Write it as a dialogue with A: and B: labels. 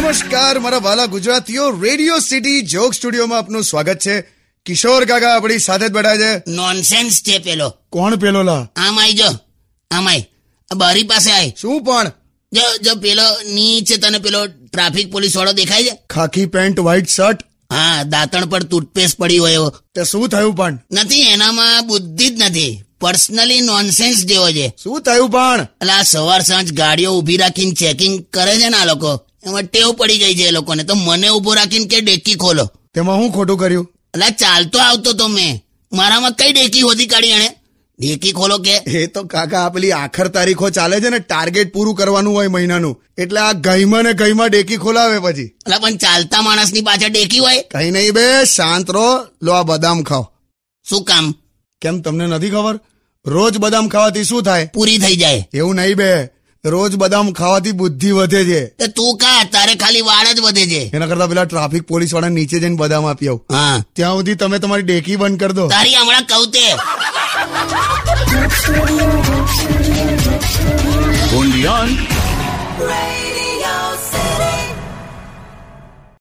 A: નમસ્કાર મારા વાલા ગુજરાતીઓ રેડિયો સિટી જોક સ્ટુડિયોમાં આપનું સ્વાગત છે કિશોર કાકા આપણી સાથે જ બેઠા છે
B: નોનસેન્સ છે પેલો
A: કોણ પેલો લા
B: આમ આઈ જો આમ આઈ આ બારી પાસે આય
A: શું પણ
B: જો જો પેલો નીચે તને પેલો ટ્રાફિક પોલીસ વાળો દેખાય છે
A: ખાખી પેન્ટ વ્હાઈટ શર્ટ
B: હા દાંતણ પર ટૂથપેસ્ટ પડી હોય એવો
A: તે શું થયું પણ
B: નથી એનામાં બુદ્ધિ જ નથી પર્સનલી નોનસેન્સ જેવો છે
A: શું થયું પણ
B: એટલે આ સવાર સાંજ ગાડીઓ ઊભી રાખીને ચેકિંગ કરે છે ને આ લોકો એમાં ટેવ પડી ગઈ છે એ લોકોને તો મને ઊભો રાખીને કે ડેકી ખોલો
A: તેમાં હું ખોટું કર્યું
B: એટલે ચાલતો આવતો તો મેં મારામાં કઈ ડેકી હોતી કાઢી એણે ડેકી ખોલો કે
A: એ તો કાકા આ પેલી આખર તારીખો ચાલે છે ને ટાર્ગેટ પૂરું કરવાનું હોય મહિનાનું એટલે આ ગઈમાં ને ગઈમાં ડેકી ખોલાવે પછી
B: એટલે પણ ચાલતા માણસની પાછળ ડેકી હોય
A: કઈ નહીં બે શાંત રહો લો આ બદામ ખાઓ
B: શું કામ
A: કેમ તમને નથી ખબર રોજ બદામ ખાવાથી શું થાય
B: પૂરી થઈ જાય
A: એવું નહીં બે રોજ બદામ ખાવાથી બુદ્ધિ વધે છે
B: તો તું કા તારે ખાલી વાળ જ વધે છે
A: એના કરતા પેલા ટ્રાફિક પોલીસ વાળા નીચે જઈને બદામ આપી આવું
B: હા
A: ત્યાં સુધી તમે તમારી ડેકી બંધ કરી દો
B: તારી હમણાં કહું તે